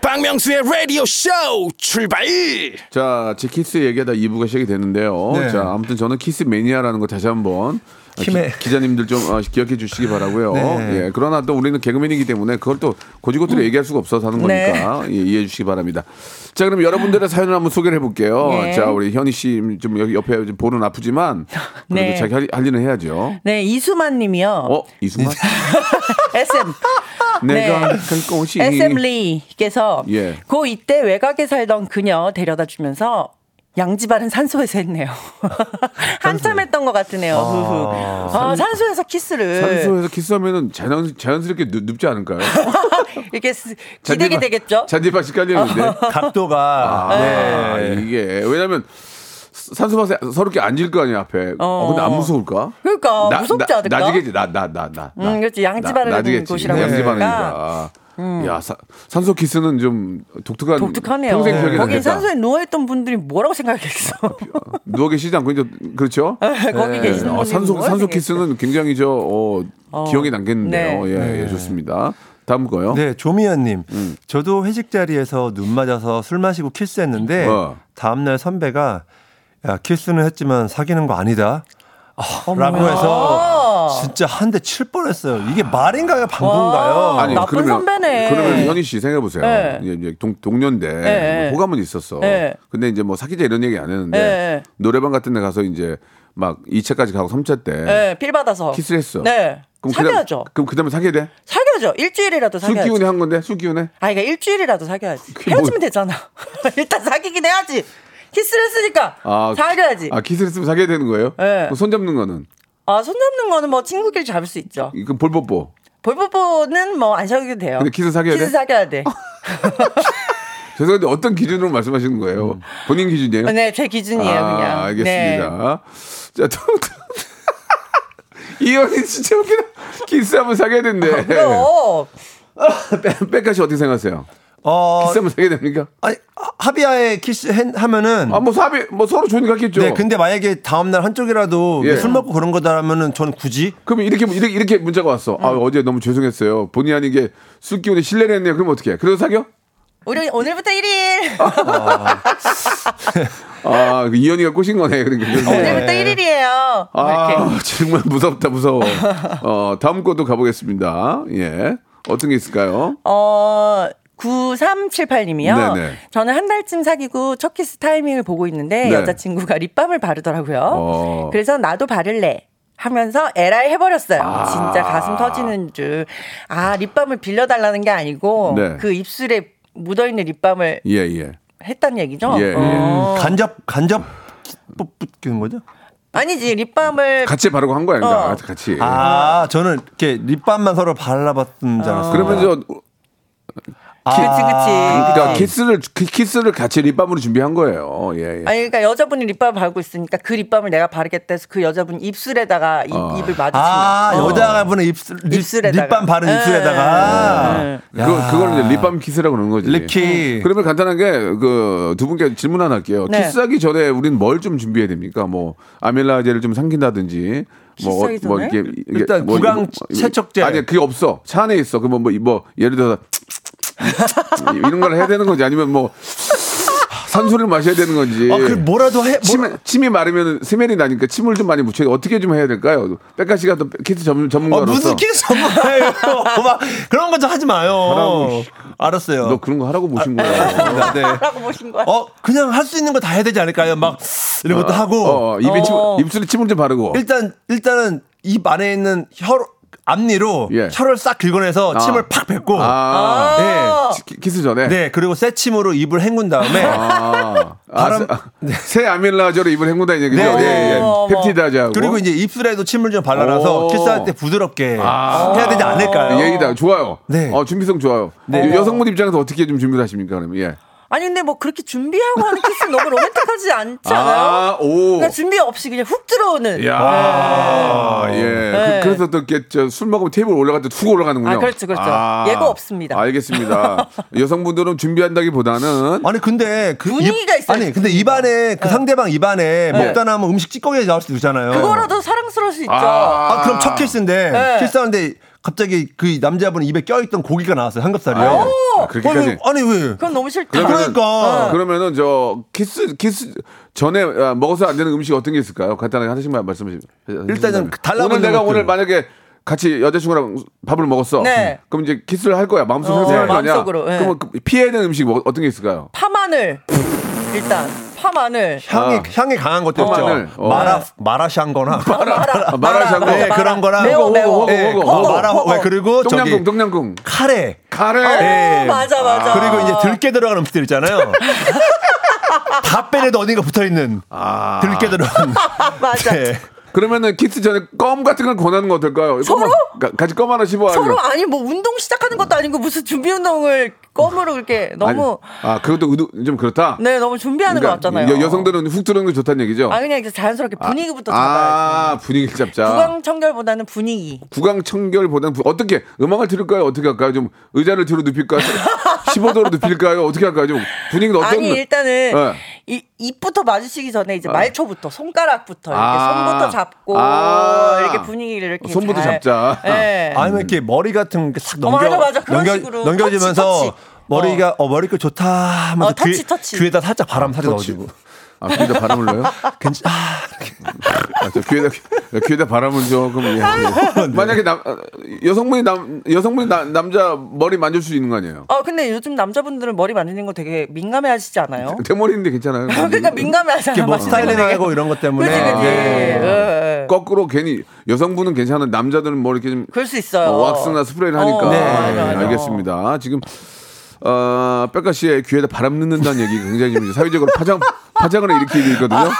G: 박명수의 라디오 쇼 출발!
A: 자, 제 키스 얘기하다 2부가 시작이 되는데요.
F: 네.
A: 자, 아무튼 저는 키스 매니아라는 거 다시 한번
F: 키메.
A: 기, 자님들좀 어, 기억해 주시기 바라고요.
F: 네.
A: 예, 그러나 또 우리는 개그맨이기 때문에 그걸 또 고지고대로 얘기할 수가 없어서 하는
E: 네.
A: 거니까 예, 이해해 주시기 바랍니다. 자, 그럼 여러분들의 사연을 한번 소개를 해볼게요.
E: 네.
A: 자, 우리 현희 씨 좀 여기 옆에 좀 볼은 아프지만 그래도
E: 네.
A: 자기 할, 할 일은 해야죠.
E: 네, 이수만 님이요.
A: 어, 이순간
E: SM.
A: 내가
E: 네.
A: 갈 것이
E: SM 리께서
A: 예.
E: 고2 때 외곽에 살던 그녀 데려다 주면서 양지발은 산소에서 했네요. 한참 했던 것 같으네요. 아, 아, 산소에서 키스를
A: 산소에서 키스하면은 자연, 자연스럽게 눕, 눕지 않을까요?
E: 이렇게 스- 기대게
A: 잔디밭-
E: 되겠죠? 어.
A: 잔디밭이 깔리는데.
F: 각도가
A: 아,
F: 네.
A: 이게 왜냐면 산소 맛에 서럽게 앉을 거 아니야 앞에. 어, 근데 안 무서울까?
E: 그러니까 무섭지 않을까?
A: 나지겠지 나 나 나 나. 나,
E: 음, 그렇지. 양지바르는
A: 나지겠지.
E: 곳이라고 음.
A: 양지바르니까. 야 사- 산소 키스는 좀 독특한
E: 독특하네요.
A: 평생 기억이
E: 거기
A: 남겠다.
E: 산소에 누워있던 분들이 뭐라고 생각했어?
A: 누워 계시지 않고 이제 그렇죠.
E: 아, 거기 계시는
A: 어,
E: 분들이
A: 산소
E: 뭐라
A: 산소
E: 생각했을까?
A: 키스는 굉장히 저 어, 기억이 남겠는데요.
E: 네.
A: 예, 예, 좋습니다. 다음 거요.
F: 네, 조미연님.
A: 음.
F: 저도 회식 자리에서 눈 맞아서 술 마시고 키스했는데
A: 어.
F: 다음날 선배가 야 키스는 했지만 사귀는 거 아니다. 아, 라고 해서
E: 아.
F: 진짜 한 대 칠 뻔했어요. 이게 말인가요, 방송가요?
A: 어.
E: 와. 나쁜 선배네.
A: 그러면 현희 씨 생각해 보세요.
E: 네.
A: 이제, 이제 동, 동료인데
E: 네.
A: 호감은 있었어.
E: 네.
A: 근데 이제 뭐 사귀자 이런 얘기 안 했는데
E: 네.
A: 노래방 같은 데 가서 이제 막 2차까지 가고 3차 때
E: 네, 필 받아서.
A: 키스했어.
E: 네. 사귀어야죠.
A: 그다음, 그럼 그다음에 사귀게 돼?
E: 사귀어야죠. 일주일이라도
A: 술
E: 사귀어야죠.
A: 기운에 한 건데 술 기운에?
E: 아, 그러니까 일주일이라도 사귀어야지.
A: 그게 뭐-
E: 헤어지면 되잖아. 일단 사귀긴 해야지. 키스를 했으니까 사귀어야지.
A: 아, 키스를 했으면 사귀어야 되는 거예요?
E: 네.
A: 그럼 손 잡는 거는
E: 어, 손 잡는 거는 뭐 친구끼리 잡을 수 있죠.
A: 이건 볼뽀뽀.
E: 볼뽀뽀는 뭐 안 사귀어도 돼요.
A: 근데 키스 사귀어야 돼?
E: 키스 사귀어야 돼.
A: 죄송한데 어떤 기준으로 말씀하시는 거예요?
E: 음.
A: 본인 기준이에요?
E: 네, 제 기준이에요,
A: 아,
E: 그냥. 네.
A: 알겠습니다. 자, 또. 이형이 진짜 웃기다. 키스하면 사귀어야 된대.
E: 아, 그럼
A: 네. 빼- 빼까시 어떻게 생각하세요?
F: 어,
A: 키스하면 사귀어야 됩니까?
F: 아니, 하- 합의하에 키스하면은.
A: 아, 뭐 사비, 뭐 서로 좋은 게 같겠죠?
F: 네, 근데 만약에 다음날 한쪽이라도
A: 예.
F: 술 먹고 그런 거다라면은 전 굳이
A: 그럼 이렇게, 이렇게, 이렇게 문자가 왔어. 아,
E: 음.
A: 어제 너무 죄송했어요. 본의 아니게 술 기운에 신뢰를 했네요. 그럼 어떻게 해? 그래도 사겨?
E: 우리 오늘부터 1일.
A: 아, 그 이현이가 꼬신 거네. 그러니까.
E: 오늘부터 어, 뭐 1일이에요.
A: 아, 정말 무섭다, 무서워. 어, 다음 것도 가보겠습니다. 예. 어떤 게 있을까요?
E: 어 9378님이요.
A: 네네.
E: 저는 한 달쯤 사귀고 첫 키스 타이밍을 보고 있는데
A: 네.
E: 여자친구가 립밤을 바르더라고요.
A: 어.
E: 그래서 나도 바를래. 하면서 에라이 해버렸어요.
A: 아.
E: 진짜 가슴 터지는 줄. 아 립밤을 빌려달라는 게 아니고
A: 네.
E: 그 입술에 묻어있는 립밤을
A: 예, 예.
E: 했다는 얘기죠.
A: 예, 예.
E: 어.
F: 간접 간접 뽑는 거죠?
A: 예.
E: 아니지 립밤을
A: 같이 바르고 한 거야, 그러니까.
E: 어.
A: 같이.
F: 아, 저는 이렇게 립밤만 서로 발라봤던
E: 아.
F: 줄 알았어요.
A: 그러면 저,
E: 그치 그치.
A: 아, 그러니까 키스를, 키- 키스를 같이 립밤으로 준비한 거예요. 예, 예.
E: 아니 그러니까 여자분이 립밤을 바르고 있으니까 그 립밤을 내가 바르겠다 해서 그 여자분 입술에다가 입,
A: 어.
E: 입을 마주치면
F: 아,
E: 어.
F: 여자분의 입술 립,
E: 입술에다가.
F: 립밤 바른
E: 예, 예,
F: 입술에다가
E: 예.
A: 아. 그거, 그거는 이제 립밤 키스라고 그러는 거지.
F: 네. 립키.
A: 예.
F: 음.
A: 그러면 간단하게 그 두 분께 질문 하나 할게요.
E: 네.
A: 키스하기 전에 우린 뭘 좀 준비해야 됩니까? 뭐 아밀라제를 좀 삼킨다든지 뭐, 어-
E: 키스하기
A: 뭐
E: 전에?
A: 이게, 이게
F: 일단 구강 세척제.
A: 아니 그게 없어. 차 안에 있어. 그러면 뭐, 뭐 예를 들어서 이런 걸 해야 되는 건지 아니면 뭐 산소를 마셔야 되는 건지.
F: 아, 그 뭐라도 해 뭐,
A: 침, 침이 마르면 스멜이 나니까 침을 좀 많이 묻혀야 돼. 어떻게 좀 해야 될까요? 백가씨가 또 키스 전문,
F: 어,
A: 전문가로서
F: 무슨 키스 전문가예요? 막 그런 거 좀 하지 마요.
A: 하라고.
F: 알았어요.
A: 너 그런 거 하라고 모신 거야.
F: 네.
E: 라고 보신 거야.
F: 어, 그냥 할 수 있는 거 다 해야 되지 않을까요? 막 이런 것도 하고
A: 어, 입에 침, 입술에 침을 좀 바르고.
F: 일단 일단은 입 안에 있는 혀 앞니로
A: 예.
F: 혀를 싹 긁어내서
A: 아.
F: 침을 팍 뱉고
A: 아,
F: 네.
A: 키- 키스 전에.
F: 네, 그리고 새 침으로 입을 헹군 다음에
A: 아,
F: 바람-
A: 아, 새- 새 아밀라저로 입을 헹군다는 얘기죠.
F: 네.
A: 예, 예.
E: 어머,
A: 펩티다자고. 예,
F: 그리고 이제 입술에도 침을 좀 발라놔서
A: 오. 아. 예,
F: 키스할 때 부드럽게 해야 되지 않을까요?
A: 얘기다 좋아요.
F: 네.
A: 어, 준비성 좋아요. 여- 여성분 입장에서 어떻게 좀 준비를 하십니까? 그러면 예.
E: 아니 근데 뭐 그렇게 준비하고 하는 키스 너무 로맨틱하지 않지 않아요?
A: 아, 오.
E: 그러니까 준비 없이 그냥 훅 들어오는.
F: 아.
A: 야, 예.
E: 네.
A: 그, 래서 또술 먹으면 테이블 올라갈 때 툭 올라가는군요.
E: 아, 그렇죠, 그렇죠. 예고 없습니다.
A: 알겠습니다. 여성분들은 준비한다기보다는
F: 아니 근데 그
E: 분위기가
F: 입,
E: 있어야지.
F: 아니 근데 입안에 그 상대방
A: 예.
F: 입안에 먹다 남은 음식 찌꺼기 나올 수도 있잖아요.
E: 그거라도 사랑스러울 수 있죠.
A: 아.
F: 아 그럼 첫 키스인데
E: 네.
F: 키스하는데 갑자기 그 남자분 입에 껴있던 고기가 나왔어요 삼겹살이요.
A: 아, 그렇게까지.
F: 아니, 왜- 아니 왜?
E: 그건 너무 싫다.
A: 그러면은-
E: 네.
F: 그러니까.
A: 그러면은 저 키스 키스 전에 아, 먹어서 안 되는 음식 어떤 게 있을까요? 간단하게 하나씩만 말씀해 주세요.
F: 일단은 달라붙는
A: 오늘 내가
F: 것들.
A: 오늘 만약에 같이 여자친구랑 밥을 먹었어.
E: 네.
A: 그럼 이제 키스를 할 거야. 마음속으로
E: 어,
A: 생각할 거냐.
E: 마음속으로, 예.
A: 그럼 그 피해야 되는 음식 뭐, 어떤 게 있을까요?
E: 파마늘 일단 파마늘.
F: 향이
A: 아.
F: 향이 강한 것도
A: 마늘.
F: 있죠.
A: 어.
F: 마라 마라샹거나
A: 아, 마라샹궈.
E: 마라,
F: 네,
E: 마라.
F: 그런 거랑
E: 매워
F: 호거,
E: 매워. 네.
A: 호거, 호거, 호거.
F: 어, 마라
E: 호거.
F: 왜 그리고
A: 똥냥궁,
F: 저기
A: 똥냥궁.
F: 카레
A: 카레.
E: 어, 맞아 맞아.
F: 네. 그리고 이제 들깨 들어간 음식들 있잖아요. 다 빼내도 어딘가 붙어 있는
A: 아.
F: 들깨 들어간.
E: 맞아.
F: 네.
A: 그러면은 키스 전에 껌 같은 걸 권하는 거 어떨까요?
E: 서로?
A: 껌, 가- 같이 껌 하나 씹어.
E: 서로 아니 뭐 운동 시작하는 것도 아니고 무슨 준비 운동을 껌으로 그렇게 너무
A: 아, 그것도 의도- 좀 그렇다.
E: 네 너무 준비하는
A: 그러니까
E: 것 같잖아요.
A: 여, 여성들은 훅 들어오는 게 좋다는 얘기죠.
E: 아 그냥 이렇게 자연스럽게 분위기부터 잡아야지.
A: 아, 분위기 잡자.
E: 구강 청결보다는 분위기.
A: 구강 청결보다는 부- 어떻게 음악을 들을까요? 어떻게 할까요? 좀 의자를 뒤로 눕힐까요? 15도로 눕힐까요? 어떻게 할까요? 좀 분위기는 어떤
E: 아니 일단은
A: 네.
E: 이, 입부터 마주치기 전에 이제 말초부터 손가락부터 이렇게
A: 아.
E: 손부터 잡고
A: 아.
E: 이렇게 분위기를 이렇게
A: 손부터
E: 잘-
A: 잡자.
E: 예.
F: 아니면 이렇게 머리 같은 게싹
E: 어,
F: 넘겨
E: 맞아, 맞아. 그런
F: 넘겨
E: 식으로.
F: 넘겨지면서
E: 터치, 터치.
F: 머리가 어 머리끝 좋다 하면서
E: 어, 터치, 터치.
F: 귀에다 살짝 바람 살짝
A: 터치.
F: 넣어주고.
A: 아, 귀에다 바람을 넣어요?
F: 괜찮. 아, 네.
A: 아, 저 귀에다 귀에다 바람을 조금 예, 예. 만약에 남 아, 여성분이 남 여성분이 나- 남자 머리 만질 수 있는 거 아니에요?
E: 아 근데 요즘 남자분들은 머리 만지는 거 되게 민감해 하시지 않아요?
A: 대머리인데 괜찮아요.
E: 그러니까 민감해
F: 이렇게
E: 하잖아요.
F: 뭐 스타일링하고 이런 것 때문에.
E: 그치 그치.
F: 네.
E: 예, 예.
A: 거꾸로 괜히 여성분은 괜찮은 남자들은 뭐 이렇게 좀
E: 그럴 수 있어요.
A: 어, 왁스나 스프레이를 하니까
E: 어,
F: 네.
E: 맞아, 맞아.
A: 알겠습니다. 지금 어, 백가 씨의 귀에다 바람 넣는다는 얘기 굉장히 지금 사회적으로 파장 파장을 이렇게 읽거든요.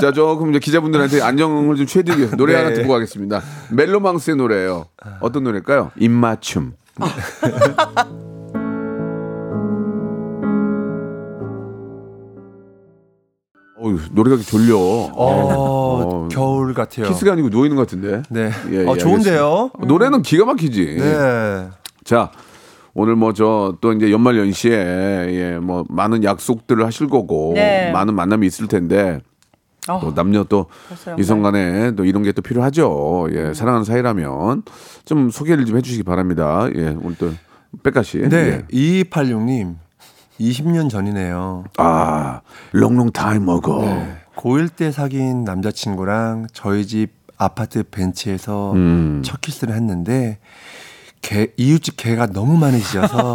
A: 자, 조금 이제 기자분들한테 안정을 좀 취해드리기 위해서
F: 네.
A: 노래 하나 듣고 가겠습니다. 멜로망스의 노래예요. 어떤 노래일까요? 입맞춤. 어우, 노래가 졸려.
F: 어,
A: 어,
F: 겨울 같아요.
A: 키스가 아니고 누워있는 것 같은데.
F: 네.
A: 예, 예,
F: 어, 좋은데요?
A: 알겠습니다. 예. 노래는 기가 막히지.
F: 네.
A: 자, 오늘 뭐 저 또 이제 연말 연시에 예, 뭐 많은 약속들을 하실 거고
E: 네.
A: 많은 만남이 있을 텐데
E: 어, 네.
A: 또 남녀 또
E: 벌써 연말.
A: 이성 간에 또 이런 게 또 필요하죠. 예,
E: 음.
A: 사랑하는 사이라면 좀 소개를 좀 해주시기 바랍니다. 예, 오늘 또 백가씨. 예.
F: 네. 2286님, 20년 전이네요.
A: 아, 롱롱 타임 먹어. 네.
F: 고1 때 사귄 남자친구랑 저희 집 아파트 벤치에서
A: 음.
F: 첫 키스를 했는데, 개, 이웃집 개가 너무 많이 짖어서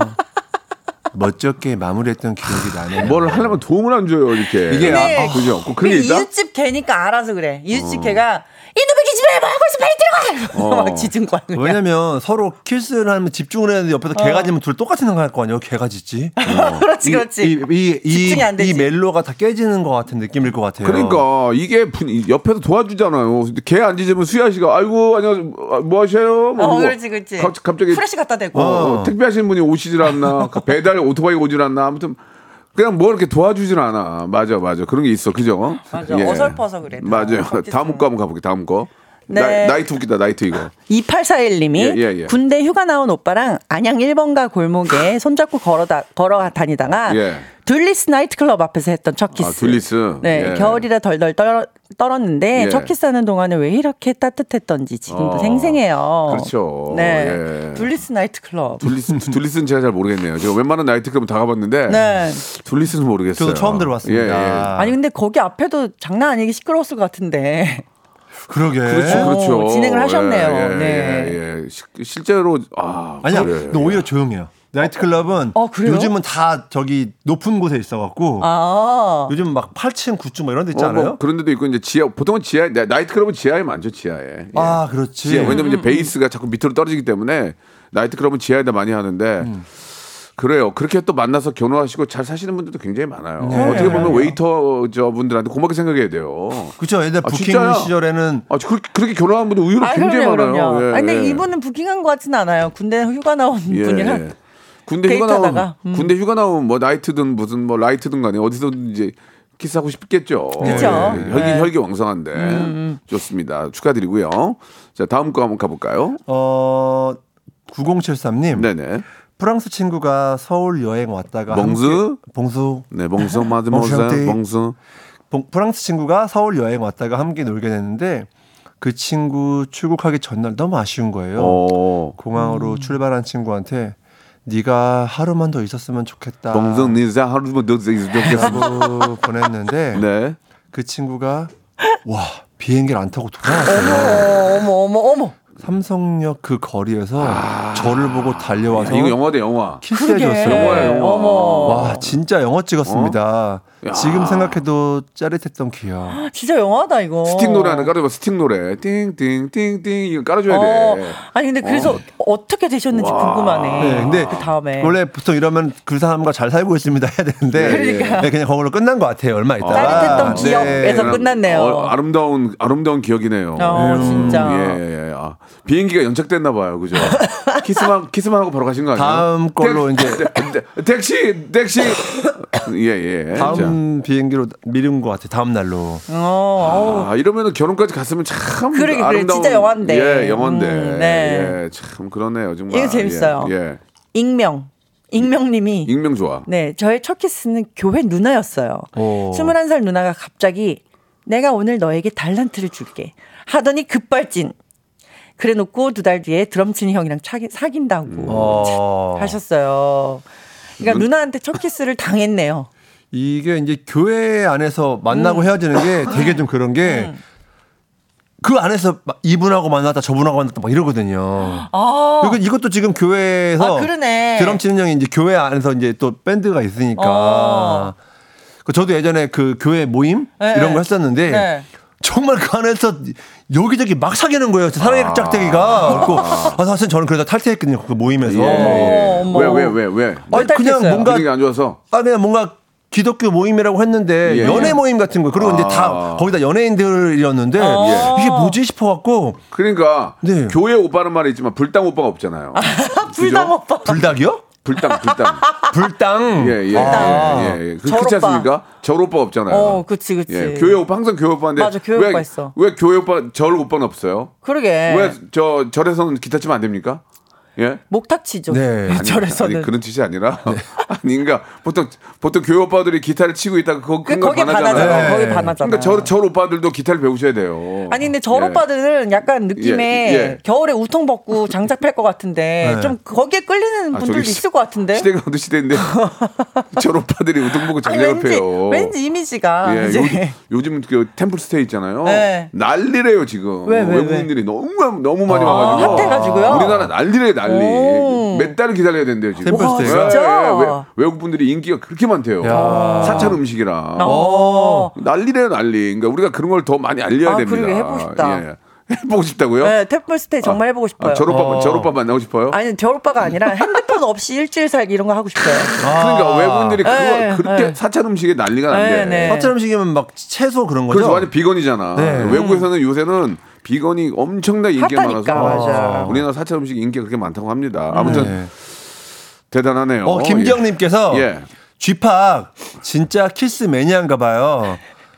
F: 멋쩍게 마무리했던 기억이 나네요.
A: 뭘 하려면 도움을 안 줘요, 이렇게.
F: 이게
E: 근데
A: 아, 그죠. 그- 그게
E: 근데
A: 있다?
E: 이웃집 개니까 알아서 그래. 이웃집 개가 이놈의 기집애 뭐 하고 있어 빨리 들어가.
A: 어.
E: 막 짖은 거야. 그냥.
F: 왜냐면 서로 키스를 하면 집중을 해야 되는데 옆에서 개가 짖으면 둘 똑같이 생각할 거 아니에요? 개가 짖지?
E: 어. 그렇지 그렇지.
F: 이, 이, 이,
E: 집중이 안
F: 이,
E: 되지.
F: 이 멜로가 다 깨지는 것 같은 느낌일 것 같아요.
A: 그러니까 이게 분- 이 옆에서 도와주잖아요. 근데 걔 앉으면 수야 씨가 아이고 안녕 뭐 하셔요? 뭐
E: 어,
A: 그러고
E: 그렇지 그렇지.
A: 갑- 갑자기
E: 프레시 갖다 대고.
A: 어, 어, 택배 하시는 분이 오시질 않나 그 배달 오토바이 오질 않나 아무튼 그냥 뭐 이렇게 도와주질 않아 맞아 맞아 그런 게 있어 그죠 예.
E: 맞아. 어설퍼서 그래.
A: 맞아요
E: 겉짓
A: 다음 거 한번 가볼게 다음 거
E: 네.
A: 나이, 나이트 웃기다 나이트 이거
E: 2841님이
A: 예, 예, 예.
E: 군대 휴가 나온 오빠랑 안양 1번가 골목에 손잡고 걸어다, 걸어 다니다가
A: 예.
E: 둘리스 나이트클럽 앞에서 했던 첫 키스.
A: 아, 둘리스.
E: 네,
A: 예.
E: 겨울이라 덜덜 떨, 떨었는데
A: 예.
E: 첫 키스하는 동안에 왜 이렇게 따뜻했던지 지금도
A: 어,
E: 생생해요.
A: 그렇죠.
E: 네,
A: 예.
E: 둘리스 나이트클럽.
A: 둘리스 둘리스는 제가 잘 모르겠네요 제가 웬만한 나이트클럽 다 가봤는데
E: 네.
A: 둘리스는 모르겠어요
F: 저도 처음 들어봤습니다.
A: 예, 예.
E: 아니 근데 거기 앞에도 장난 아니게 시끄러웠을 것 같은데.
F: 그러게.
A: 그렇죠, 그렇죠.
E: 네. 어, 진행을 하셨네요.
A: 예, 예,
E: 네.
A: 예, 예. 시- 실제로 아
F: 아니야,
A: 그래. 아,
F: 근데 오히려 조용해요. 나이트클럽은
E: 어, 그래요?
F: 요즘은 다 저기 높은 곳에 있어갖고
E: 아,
F: 요즘 막 8층, 9층 뭐 이런 데 있지
A: 어,
F: 않아요?
A: 뭐 그런 데도 있고 이제 지하 보통은 지하 나- 나이트클럽은 지하에 많죠 지하에. 예.
F: 아, 그렇지.
A: 지하 왜냐면
E: 음,
A: 이제 베이스가 자꾸 밑으로 떨어지기 때문에 나이트클럽은 지하에다 많이 하는데
F: 음.
A: 그래요. 그렇게 또 만나서 결혼하시고 잘 사시는 분들도 굉장히 많아요.
F: 네.
A: 어떻게 보면
E: 네.
A: 웨이터 저 분들한테 고맙게 생각해야 돼요.
F: 그쵸, 옛날
A: 아,
F: 부킹
A: 진짜야?
F: 시절에는
A: 아 그렇게, 그렇게 결혼한 분들 의외로
E: 아
A: 굉장히
E: 그럼요,
A: 많아요.
E: 그럼요.
A: 예,
E: 아니, 근데
A: 예.
E: 이분은 부킹한 것 같진 않아요. 군대 휴가 나온
A: 예,
E: 분이라.
A: 예. 군대 휴가
E: 데이트하다가,
A: 나오면
E: 음.
A: 군대 휴가 나오면 뭐 나이트든 무슨 뭐 라이트든 간에 어디서든 이제 키스하고 싶겠죠. 예,
E: 그쵸. 네. 음,
A: 혈기 혈기 왕성한데 좋습니다. 축하드리고요. 자 다음 거 한번 가볼까요?
F: 어 9073님
A: 네네.
F: 프랑스 친구가 서울 여행 왔다가
A: 멍수?
F: 함께- 봉수
A: 네 멍성 마드모세
F: 멍성띠.
A: 멍성.
F: 봉- 프랑스 친구가 서울 여행 왔다가 함께 놀게 됐는데 그 친구 출국하기 전날 너무 아쉬운 거예요.
A: 어
F: 공항으로 출발한 친구한테 네가 하루만 더 있었으면 좋겠다.
E: 아.
A: 멍성 니자 하루만 더 있으면 좋
F: 라고 보냈는데
A: 네.
F: 그 친구가 와 비행기를 안 타고 돌아왔어요.
E: 어머, 어머, 어머, 어머.
F: 삼성역 그 거리에서
E: 아.
F: 저를 보고 달려와서
A: 아, 이거 영화 대 영화.
F: 키스해줬어요.
A: 영화야 영화.
E: 어머.
F: 와 진짜 영어 찍었습니다.
A: 야.
F: 지금 생각해도 짜릿했던 기억.
E: 진짜 영화다 이거.
A: 스틱 노래 하나 깔아줘. 스틱 노래. 띵띵띵띵 이거 깔아줘야
E: 어.
A: 돼.
E: 아니 근데 그래서 어. 떻게 되셨는지 궁금하네.
F: 네, 근데
E: 그 다음에
F: 원래 보통 이러면 그 사람과 잘 살고 있습니다 해야 되는데
E: 그러니까.
F: 네, 그냥 거기로 끝난 것 같아요. 얼마 있다가
E: 짜릿했던
F: 네.
E: 기억에서
A: 네.
E: 끝났네요.
A: 어, 아름다운 아름다운 기억이네요.
E: 어, 진짜.
A: 예, 예. 아, 비행기가 연착됐나 봐요. 그죠? 키스만 키스만 하고 바로 가신 거 아니에요?
F: 다음 걸로
A: 택-
F: 이제-
A: 택- 택- 택시 택시 예, 예. 자.
F: 다음 비행기로 미룬 것 같아요. 다음 날로.
E: 어, 어우.
A: 아, 이러면은 결혼까지 갔으면 참
E: 그러게, 그래.
A: 아름다운
E: 진짜 영화인데.
A: 예, 영화인데.
E: 음, 네.
A: 예, 참 그러네요, 정말.
E: 이거 재밌어요.
A: 예. 예.
E: 익명 익명님이
A: 익명 좋아.
E: 네 저의 첫 키스는 교회 누나였어요.
F: 오.
E: 21살 누나가 갑자기 내가 오늘 너에게 달란트를 줄게 하더니 급발진. 그래 놓고 두 달 뒤에 드럼 치는 형이랑 차기, 사귄다고
F: 어.
E: 하셨어요. 그러니까 누나한테 첫 키스를 당했네요.
F: 이게 이제 교회 안에서
E: 음.
F: 만나고 헤어지는 게 되게 좀 그런 게 그 안에서 막 이분하고 만났다 저분하고 만났다 막 이러거든요.
E: 아,
F: 그리고 이것도 지금 교회에서
E: 아, 그러네.
F: 드럼 치는 형이 이제 교회 안에서 이제 또 밴드가 있으니까.
E: 어.
F: 그 저도 예전에 그 교회 모임
E: 네,
F: 이런
E: 네.
F: 거 했었는데
E: 네.
F: 정말 그 안에서 여기저기 막 사귀는 거예요. 진짜 사랑의 짝대기가. 그리고 아, 사실 저는 그래서 탈퇴했거든요. 그 모임에서.
A: 예, 예.
E: 네. 어머, 어머.
A: 왜, 왜, 왜, 왜?
F: 아니, 그냥
E: 탈퇴했어요.
F: 뭔가
A: 분위기 안 좋아서.
F: 아 그냥 뭔가 기독교 모임이라고 했는데
A: 예.
F: 연애 모임 같은 거 그리고 이제 다
A: 아.
F: 거기다 연예인들이었는데
E: 어.
F: 이게 뭐지 싶어갖고
A: 그러니까
F: 네.
A: 교회 오빠는 말이 있지만 불당 오빠가 없잖아요.
E: 불당
A: 그죠?
E: 오빠.
F: 불닭이요?
A: 불당 불당.
F: 불당
A: 예, 예,
E: 불당.
A: 예, 예. 그,
E: 절
A: 그렇지
E: 오빠.
A: 않습니까? 절 오빠 없잖아요.
E: 어, 그치, 그치.
A: 예, 교회 오빠 항상 교회 오빠인데
E: 맞아, 교회
A: 왜,
E: 오빠 있어. 네.
A: 왜 교회 오빠 절 오빠는 없어요?
E: 그러게.
A: 왜 저 절에서는 기타 치면 안 됩니까? 예?
E: 목탁치죠.
F: 네. 아니,
E: 절에서는. 네.
A: 아니, 그런 뜻이 아니라 아닌가 보통 보통 교회 오빠들이 기타를 치고 있다가 거,
E: 그
A: 그런 거
E: 거기에
A: 반하잖아요.
E: 반하잖아.
F: 네.
E: 거기 반하잖아.
A: 그러니까 절, 절 오빠들도 기타를 배우셔야 돼요.
E: 아니 근데 절
A: 예.
E: 오빠들은 약간
A: 예,
E: 느낌에
A: 예.
E: 겨울에 우통 벗고 장작 팔 것 같은데
F: 네.
E: 좀 거기에 끌리는
A: 아,
E: 분들도
A: 저기
E: 있을 것 같은데.
A: 시대가 어느 시대인데 절 오빠들이 우동 보고
E: 아니
A: 장작을
E: 왠지
A: 패요.
E: 왠지 아, 이미지가
A: 예,
E: 이제
A: 요, 즘그 템플스테이 있잖아요.
E: 네.
A: 난리래요 지금.
E: 왜, 왜, 아,
A: 외국인들이 너무 너무 많이 와가지고.
E: 핫해가지고요?
A: 우리나라 난리래 난리.
E: 오.
A: 몇 달을 기다려야 된대요 지금.
F: 템플스테이요?
A: 예,
E: 와, 진짜?
A: 예, 외- 외국 분들이 인기가 그렇게 많대요.
F: 야.
A: 사찰 음식이라.
E: 어.
A: 난리래요 난리. 그러니까 우리가 그런 걸 더 많이 알려야
E: 아,
A: 됩니다.
E: 그러게 해보고 싶다.
A: 예. 해보고 싶다고요?
E: 네, 탭볼 스테이 정말 해보고 싶어요.
A: 아, 저 오빠 저 오빠 만나고 싶어요?
E: 아니 절 오빠가 아니라 핸드폰 없이 일주일 살기 이런 거 하고 싶어요.
A: 그러니까 외국인들이 그거
E: 네,
A: 그렇게
E: 네.
A: 사찰 음식에 난리가 난대.
E: 네, 네.
F: 화채 음식이면 막 채소 그런 거죠?
A: 예. 그래서 그렇죠. 완전 비건이잖아.
F: 그렇죠. 네.
A: 외국에서는 요새는 비건이 엄청나게 인기가
E: 핫하니까,
A: 많아서
E: 맞아.
A: 우리나라 사찰 음식 인기가 그렇게 많다고 합니다. 아무튼 대단하네요.
F: 어, 김기영님께서
A: 예.
F: 쥐팍 진짜 키스 매니아인가 봐요.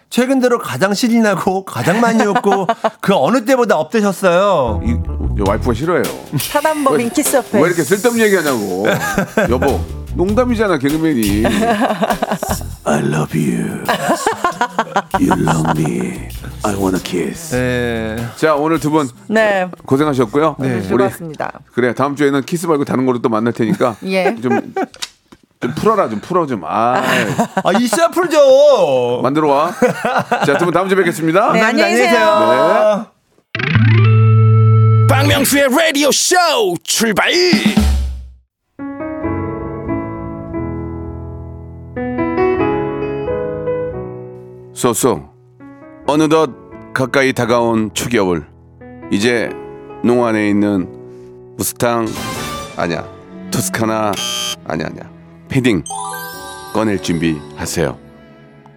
F: 최근 들어 가장 신이나고 가장 많이 웃고 그 어느 때보다 업되셨어요.
A: 예. 이, 이 와이프가 싫어요.
E: 사단법인 키스업회.
A: 왜 이렇게 쓸데없는 얘기하냐고. 여보, 농담이잖아 개그맨이. I love you. You love me. I wanna kiss.
F: 네.
A: 자 오늘 두 분
E: 네.
A: 고생하셨고요. 우리
E: 즐거웠습니다.
A: 그래 다음 주에는 키스 말고 다른 걸로 또 만날 테니까
E: 예.
A: 좀, 좀 풀어라 좀 풀어 좀. 아
F: 아, 이씨 아플죠.
A: 만들어 와. 자, 두 분 다음 주에 뵙겠습니다.
E: 네, 안녕히 계세요.
A: 네.
C: 박명수의 라디오 쇼 출발
A: 소소. 어느덧 가까이 다가온 추겨울. 이제 농 안에 있는 우스탕 아니야. 투스카나 아니야 아니야. 패딩 꺼낼 준비하세요.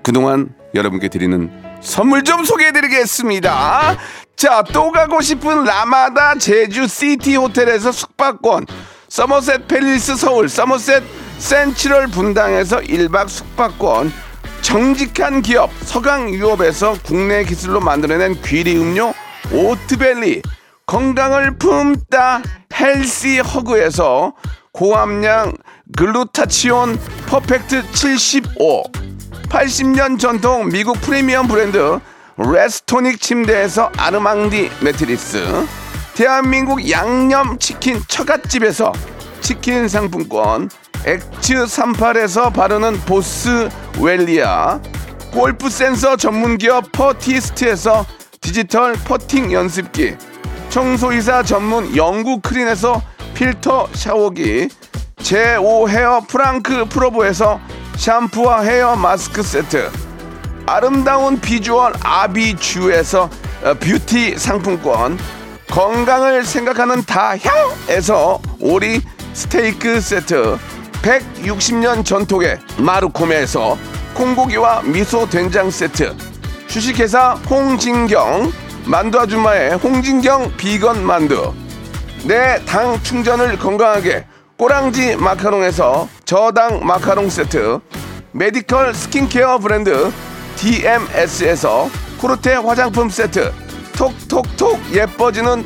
A: 그동안 여러분께 드리는 선물 좀 소개해드리겠습니다. 자, 또 가고 싶은 라마다 제주 시티 호텔에서 숙박권, 서머셋 팰리스 서울, 서머셋 센츄럴 분당에서 1박 숙박권, 정직한 기업 서강유업에서 국내 기술로 만들어낸 귀리 음료 오트밸리, 건강을 품다 헬시 허그에서 고함량 글루타치온 퍼펙트 75 80년 전통 미국 프리미엄 브랜드 레스토닉 침대에서 아르망디 매트리스 대한민국 양념치킨 처갓집에서 치킨 상품권 엑츠 38에서 바르는 보스 웰리아 골프 센서 전문기업 퍼티스트에서 디지털 퍼팅 연습기 청소이사 전문 영구 크린에서 필터 샤워기 제5 헤어 프랑크 프로보에서 샴푸와 헤어 마스크 세트 아름다운 비주얼 아비주에서 어, 뷰티 상품권 건강을 생각하는 다향에서 오리 스테이크 세트 160년 전통의 마루코메에서 콩고기와 미소 된장 세트 주식회사 홍진경 만두 아줌마의 홍진경 비건 만두 내 당 충전을 건강하게 꼬랑지 마카롱에서 저당 마카롱 세트 메디컬 스킨케어 브랜드 DMS에서 코르테 화장품 세트 톡톡톡 예뻐지는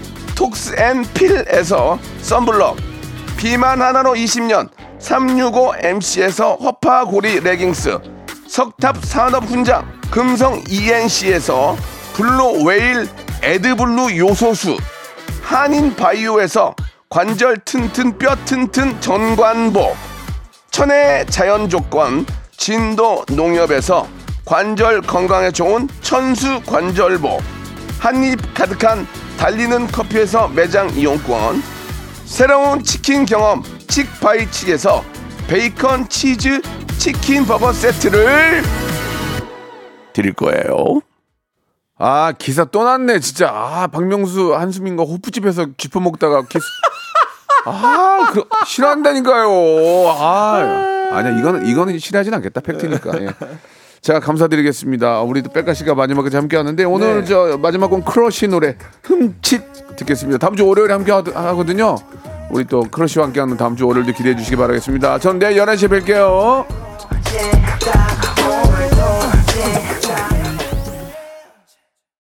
A: 톡스앤필에서 썬블럭 비만 하나로 20년 365MC에서 허파고리 레깅스 석탑 산업훈장 금성 ENC에서 블루웨일 에드블루 요소수 한인 바이오에서 관절 튼튼 뼈 튼튼 전관보 천혜의 자연 조건 진도 농협에서 관절 건강에 좋은 천수 관절보 한입 가득한 달리는 커피에서 매장 이용권 새로운 치킨 경험 칙바이칙에서 베이컨 치즈 치킨 버거 세트를 드릴 거예요. 아 기사 또 났네 진짜 아 박명수 한수민과 호프집에서 쥐퍼 먹다가 키스 아 그, 싫어한다니까요 아 아니야 이거는 이거는 싫어하진 않겠다 팩트니까. 예. 자 감사드리겠습니다. 우리도 백가 씨가 마지막까지 함께하는데 오늘 저 마지막 곡 크러쉬 노래 흠칫 듣겠습니다. 다음 주 월요일에 함께 하- 하거든요. 우리 또 크러쉬와 함께하는 다음 주 월요일도 기대해 주시기 바라겠습니다. 전 내일 11시에 뵐게요.
H: Yeah.